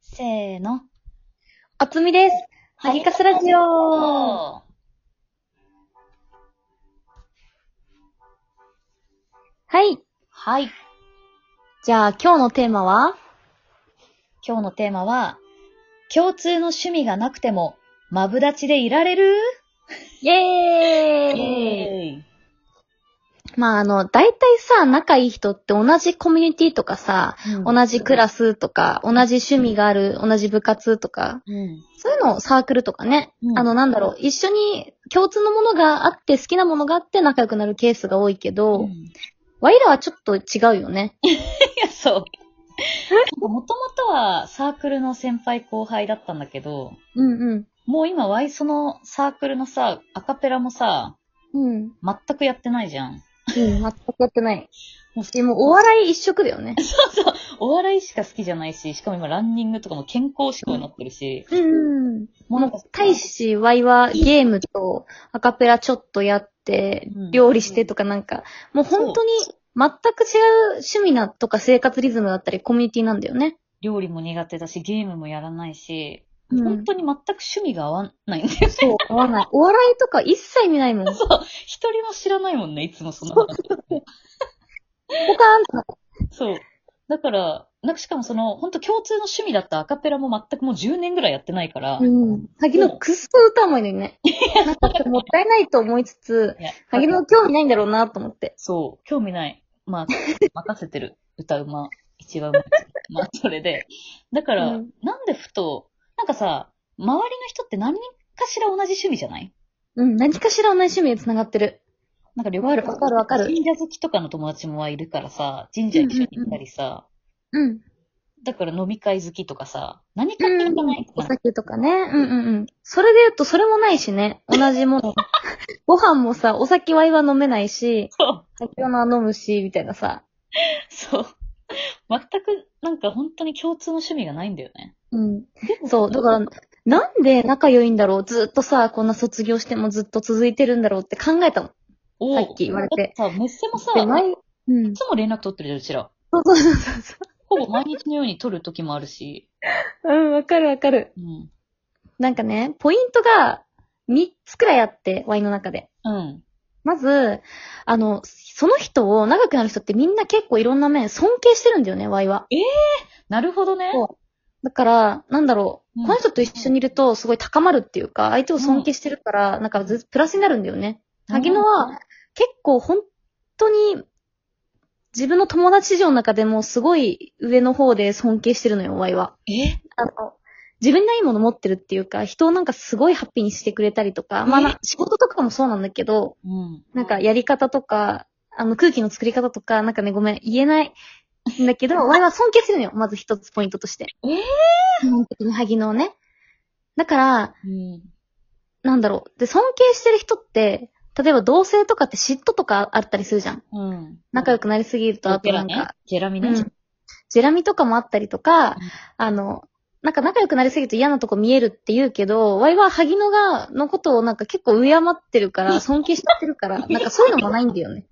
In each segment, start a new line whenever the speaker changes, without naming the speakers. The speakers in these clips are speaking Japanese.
せーの。
おつみです。ハギカスラジオ。
おー
はい。
はい。
じゃあ今日のテーマは
今日のテーマは、共通の趣味がなくても、マブダチでいられる
イエーイ
え
まああの、大体さ、仲いい人って同じコミュニティとかさ、同じクラスとか、同じ趣味がある、同じ部活とか、
うん。
そういうのをサークルとかね、
うん
あのなんだろう、一緒に共通のものがあって、好きなものがあって仲良くなるケースが多いけど、
うん。い
ワイらはちょっと違うよね。
や、そう。もともとはサークルの先輩後輩だったんだけど、
うんうん。
もう今、ワイそのサークルのさ、アカペラもさ、
うん。
全くやってないじゃん。
うん、全くやってない。
もう
でも、お笑い一色だよね。
お笑いしか好きじゃないし、しかも今ランニングとかも健康志向になってるし、
うん。
もうなんか
大使ワイはゲームとアカペラちょっとやって
うん、
料理してとかなんか、もう本当に全く違う趣味なとか生活リズムだったりコミュニティなんだよね。
料理も苦手だし、ゲームもやらないし、
うん
本当に全く趣味が合わないん だよ。
そう、合わない。お笑いとか一切見ないもん。ポ
一人も知らないもんね、いつもその話。
カーンとなった
そう。だから、なんかしかもその、本当共通の趣味だったアカペラも全くもう10年ぐらいやってないから、い
うん。萩野くっそ歌うまいのにね。なんかもったいないと思いつ つ、
や
萩野興味ないんだろうなと思って。
そう、興味ない。まあ、 任せてる。歌うま、一番うまい。まあ、それで。だから、
うん
なんでふと、なんかさ、周りの人って何かしら同じ趣味じゃない
うん、何かしら同じ趣味で繋がってる。
なんか旅
わ
行
かるわかるわかる
神社好きとかの友達もいるからさ、神社一緒に行ったりさ、
うん。
だから飲み会好きとかさ、何かっていかない、
お酒とかね。うんうんうん。それで言うと、それもないしね。同じも の。ご飯もさ、お酒は今飲めないし、
そう、
酒は飲むし、みたいなさ。
そう。全く、なんか本当に共通の趣味がないんだよね。
うん。そう。だから、なんで仲良いんだろうずっとさ、こんな卒業してもずっと続いてるんだろうって考えたの。
お
さっき言われて。
だってさ、メッセもさ、
で、
い
毎、うん。
つも連絡取ってるじゃん、うちら。
そうそうそうそうそ
ほぼ毎日のように取る時もあるし。
う。うん、わかるわかる。
うん。
なんかね、ポイントが3つくらいあって、ワインの中で。
うん。
まず、あの、その人を、長くなる人ってみんな結構いろんな面尊敬してるんだよね、ワイは。
なるほどね。
そうだから、なんだろう、
うん
この人と一緒にいるとすごい高まるっていうか、相手を尊敬してるから、なんかずプラスになるんだよね。
なるほど
萩野は、結構本当に、自分の友達以上の中でもすごい上の方で尊敬してるのよ、ワイは。
え
あの、自分にないいもの持ってるっていうか、人をなんかすごいハッピーにしてくれたりとか、まあな、仕事とかもそうなんだけど、
うん。
なんか、やり方とか、あの、空気の作り方とか、なんかね、ごめん、言えない。んだけど、ワイは尊敬するのよ。まず一つポイントとして。
えー
基本的に萩野をね。だから、
うん。
なんだろう。で、尊敬してる人って、例えば同性とかって嫉妬とかあったりするじゃん。
うん。
仲良くなりすぎると、あ
ゲ
とな
ラ
ん
ね
か、。
ゲラミ
う
ね。
ん。ジェラミとかもあったりとか
ん、
あの、なんか仲良くなりすぎると嫌なとこ見えるって言うけど、ワイは萩野が、のことをなんか結構敬って るから、尊敬しちゃってるから、なんかそういうのもないんだよね。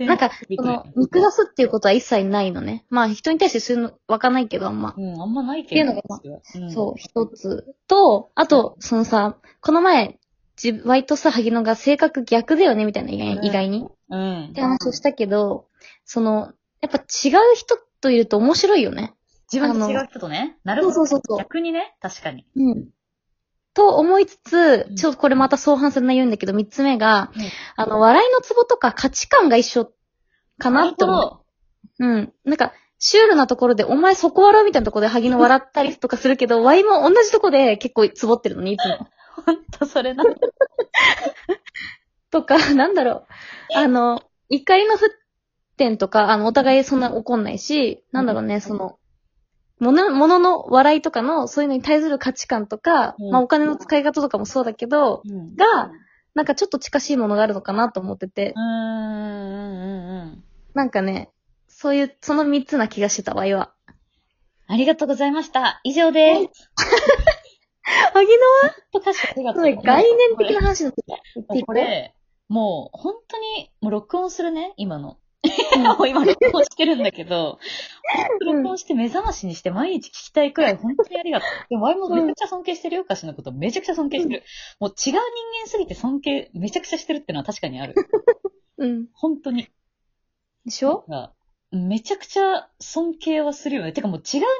なんか、
びっ
こ
くり
の、見下すっていうことは一切ないのね。まあ、人に対してそういうの、わかんないけど、あんま。
うん、あんまないけど。
っていうの
うん
そう、一つ。と、あと、そのさ、この前、じ、ワイとさ、萩野が性格逆だよね、みたいな、意
う
外
ん
に。意外に
うん
って。話をしたけど、その、やっぱ違う人といると面白いよね。
自分と違う人とね。なるほど。
そうそうそうそう
逆にね、確かに。
うん。と思いつつ
うん、
ちょっとこれまた相反する内容言うんだけど、三つ目が
うん、
あの、笑いのツボとか価値観が一緒かなって思う。うん。なんか、シュールなところで、お前そこ笑うみたいなところで、萩野笑ったりとかする けど、ワイも同じとこで結構ツボってるのに、いつも。
ほんと、それな。
とか、 なんだろう。あの、怒りの沸点とか、あの、お互いそんな怒んないし、なんだろうね、その、もの、ものの笑いとかの、そういうのに対する価値観とか、
うん
まあお金の使い方とかもそうだけど、
うん
が、なんかちょっと近しいものがあるのかなと思ってて
う、ん、うん、うん。
なんかね、そういう、その三つな気がしてた、ワイは。
ありがとうございました。以上です。
萩野は
ほんと歌詞ありがと
す
う
ごい概念的な話になってきた。
これ、もう、本当に、もう録音するね、今の。 もう今録音してるんだけど、録音して目覚ましにして毎日聞きたいくらい本当にありがとう。でも、ワイもめちゃくちゃ尊敬してるよ、かしのこと。めちゃくちゃ尊敬してる。もう違う人間すぎて尊敬めちゃくちゃしてるってのは確かにある。
うん。
本当に。
でしょ
がめちゃくちゃ尊敬はするよね。てかもう違う人間っ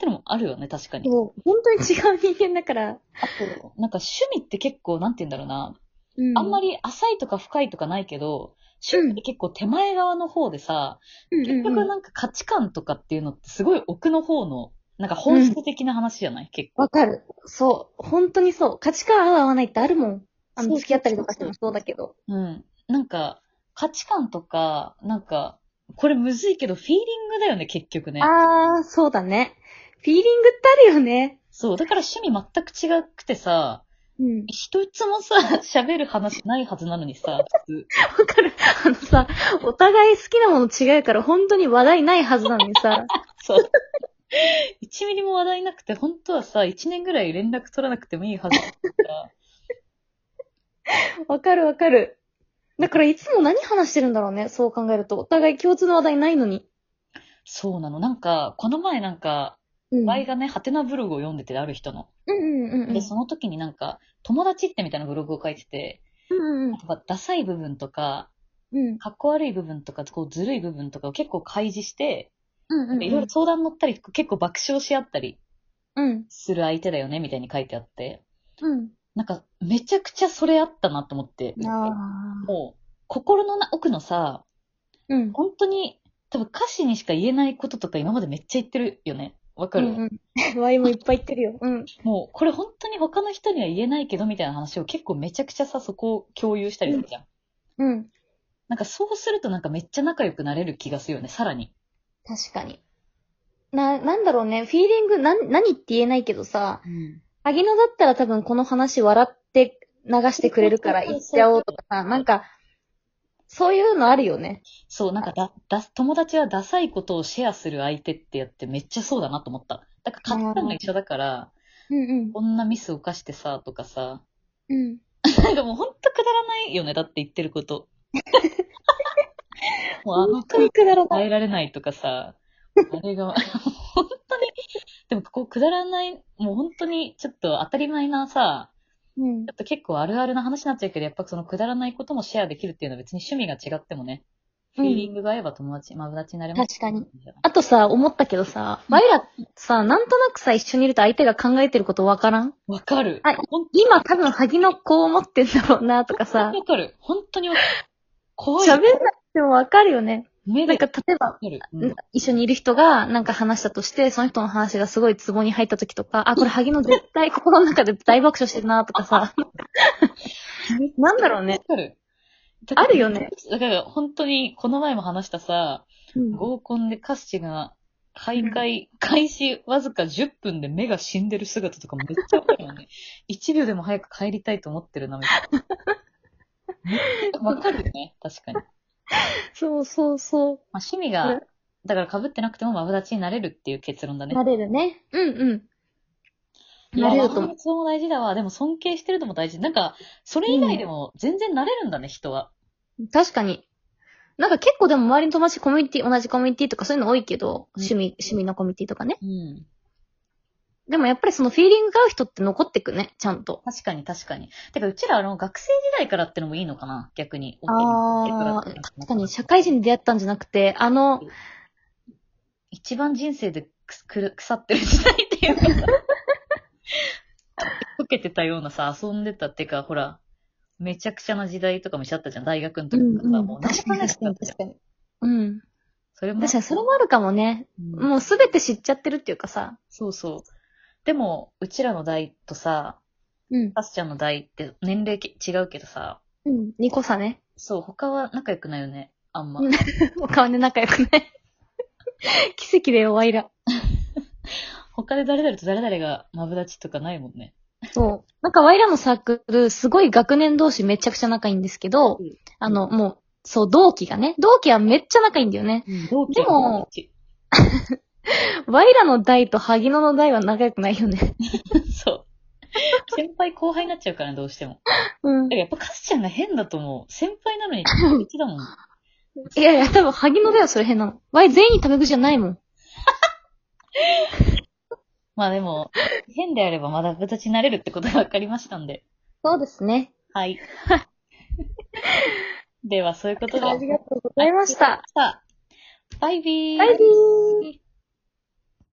てのもあるよね、確かに。
そう。本当に違う人間だから。
あと、なんか趣味って結構、なんて言うんだろうな。
うん
あんまり浅いとか深いとかないけど、趣味って結構手前側の方でさ、
り
結局なんか価値観とかっていうのってすごい奥の方の、なんか本質的な話じゃない、結構。
わかる。そう。本当にそう。価値観合う合わないってあるもん。あ
そ
の、
う
付き合ったりとかしてもそうだけど。
うん。なんか、価値観とか、なんか、これむずいけど、フィーリングだよね、結局ね。
あー、そうだね。フィーリングってあるよね。
そう。だから趣味全く違くてさ、
うん。
一つもさ、喋る話ないはずなのにさ、普通。
わかる。あのさ、お互い好きなもの違うから、本当に話題ないはずなのに さ。
そう。1ミリも話題なくて、本当はさ、1年ぐらい連絡取らなくてもいいはずだから。
わかるわかる。だからいつも何話してるんだろうね。そう考えると。お互い共通の話題ないのに。
そうなの。なんか、この前なんか、
うん。
ワイがね、ハテナブログを読んでて、ある人の。
うんうんうんうん。
で、その時になんか、友達ってみたいなブログを書いてて、
うんうん
なんかダサい部分とか、
うん。
かっこ悪い部分とか、こうずるい部分とかを結構開示して、
うんうんうん。
いろいろ相談乗ったり、結構爆笑し合ったり
うん。
する相手だよね、みたいに書いてあって。
うん。
なんか、めちゃくちゃそれあったなと思って。
あー。
もう、心のな奥のさ、
うん。
本当に、多分歌詞にしか言えないこととか今までめっちゃ言ってるよね。わかる、
うんうん。 ワイもいっぱい言ってるよ。うん。
もう、これ本当に他の人には言えないけど、みたいな話を結構めちゃくちゃさ、そこを共有したりするじゃん。
うん。
なんかそうするとなんかめっちゃ仲良くなれる気がするよね、さらに。
確かに。な、なんだろうね。フィーリング、なん、何って言えないけどさ、
うん。
アギノだったら多分この話笑って流してくれるから言っちゃおうとかさ、なんか、そういうのあるよね。
そう、なんかだ、だ、友達はダサいことをシェアする相手ってやってめっちゃそうだなと思った。だから価値観が一緒だから、
うん
こんなミスを犯してさ、とかさ、
うん。うん。
なんかもうほんとくだらないよね、だって言ってる こと。もうあの
本当にくだらない。
耐えられないとかさ、あれが、本当に、でもこうくだらない、もう本当にちょっと当たり前なさ、
うん
ちょ。っと結構あるあるな話になっちゃうけど、やっぱそのくだらないこともシェアできるっていうのは別に趣味が違ってもね、
う
フィーリン
ん。
グが合えば友達、マブダチになれます。
確かに。あとさ、思ったけどさ、ワイらさ、なんとなくさ、一緒にいると相手が考えてることわからん
わかる。
はい
ほん
今多分萩野こう思ってんだろうな、とか さ、
わかる。本当にわかる。怖い。
喋んなくてもわかるよね。
目で
なんか、例えば
わ、かる。うん
ん一緒にいる人がなんか話したとして、その人の話がすごいツボに入った時とか、あ、これ萩野絶対心の中で大爆笑してるなとかさ。 なんだろう
わ
ね。
かる。
あるよね。
だから本当に、この前も話したさ、
うん
合コンでカッシが、徘徊、開始わずか10分で目が死んでる姿とかもめっちゃわかるよね。1秒でも早く帰りたいと思ってるな、みたい な。わかるよね、確かに。
そうそうそ
まあ、趣味
う
が
ん、
だから被ってなくてもマブダチになれるっていう結論だ
う。
ね
な。れるね。うんうん。
いや
なれる
ま
と
あ
思う。
結論も大事だわ。でも尊敬してるのも大事。なんか、それ以外でも全然なれるんだね、人は。
確かに。なんか結構でも周りの友達コミュニティ、同じコミュニティとかそういうの多いけど、
うん
趣味、趣味のコミュニティとかね。
うん。
でもやっぱりそのフィーリングが合う人って残ってくね、ちゃんと。
確かに確かに。てか、うちらあの、学生時代からってのもいいのかな逆に。
ああ、確かに社
社
会人で出会ったんじゃなくて、あの、
一番人生でくすくる腐ってる時代っていうかさ。 溶けてたようなさ、遊んでたってか、ほら、めちゃくちゃな時代とかもしちゃったじゃん。大学の時とかさ、もう何も考えなかったじゃん。
かに。うん。
それも。
確かに、それもあるかもね。
うん
もうすべて知っちゃってるっていうかさ。
そうそう。でも、うちらの代とさ、
うん。
タスちゃんの代って年齢け違うけどさ、
うん。2個差ね。
そう、他は仲良くないよね、あんま。
うんお顔で仲良くない。 奇跡だよ、ワイら。
他で誰々と誰々がマブダチとかないもんね。
そう。なんかワイらのサークル、すごい学年同士めちゃくちゃ仲いいんですけど、
うん
あの、もう、そう、同期がね。同期はめっちゃ仲いいんだよね。
同期はマブダチ
ワイらの代と萩野の代は仲良くないよね。
そう。先輩後輩になっちゃう からね、どうしても。だ
うん
か。らやっぱカスちゃんが変だと思う。先輩なのに、うちだもん。
いやいや、多分、萩野だよ、それ変なの。Y 全員にタメ口じゃないもん。
まあでも、変であればまだ形になれるってことが分かりましたんで。
そうですね。
はい。では、そういうことで。
ありがとうございました。
ありがとうございました。バイビー。
バイビー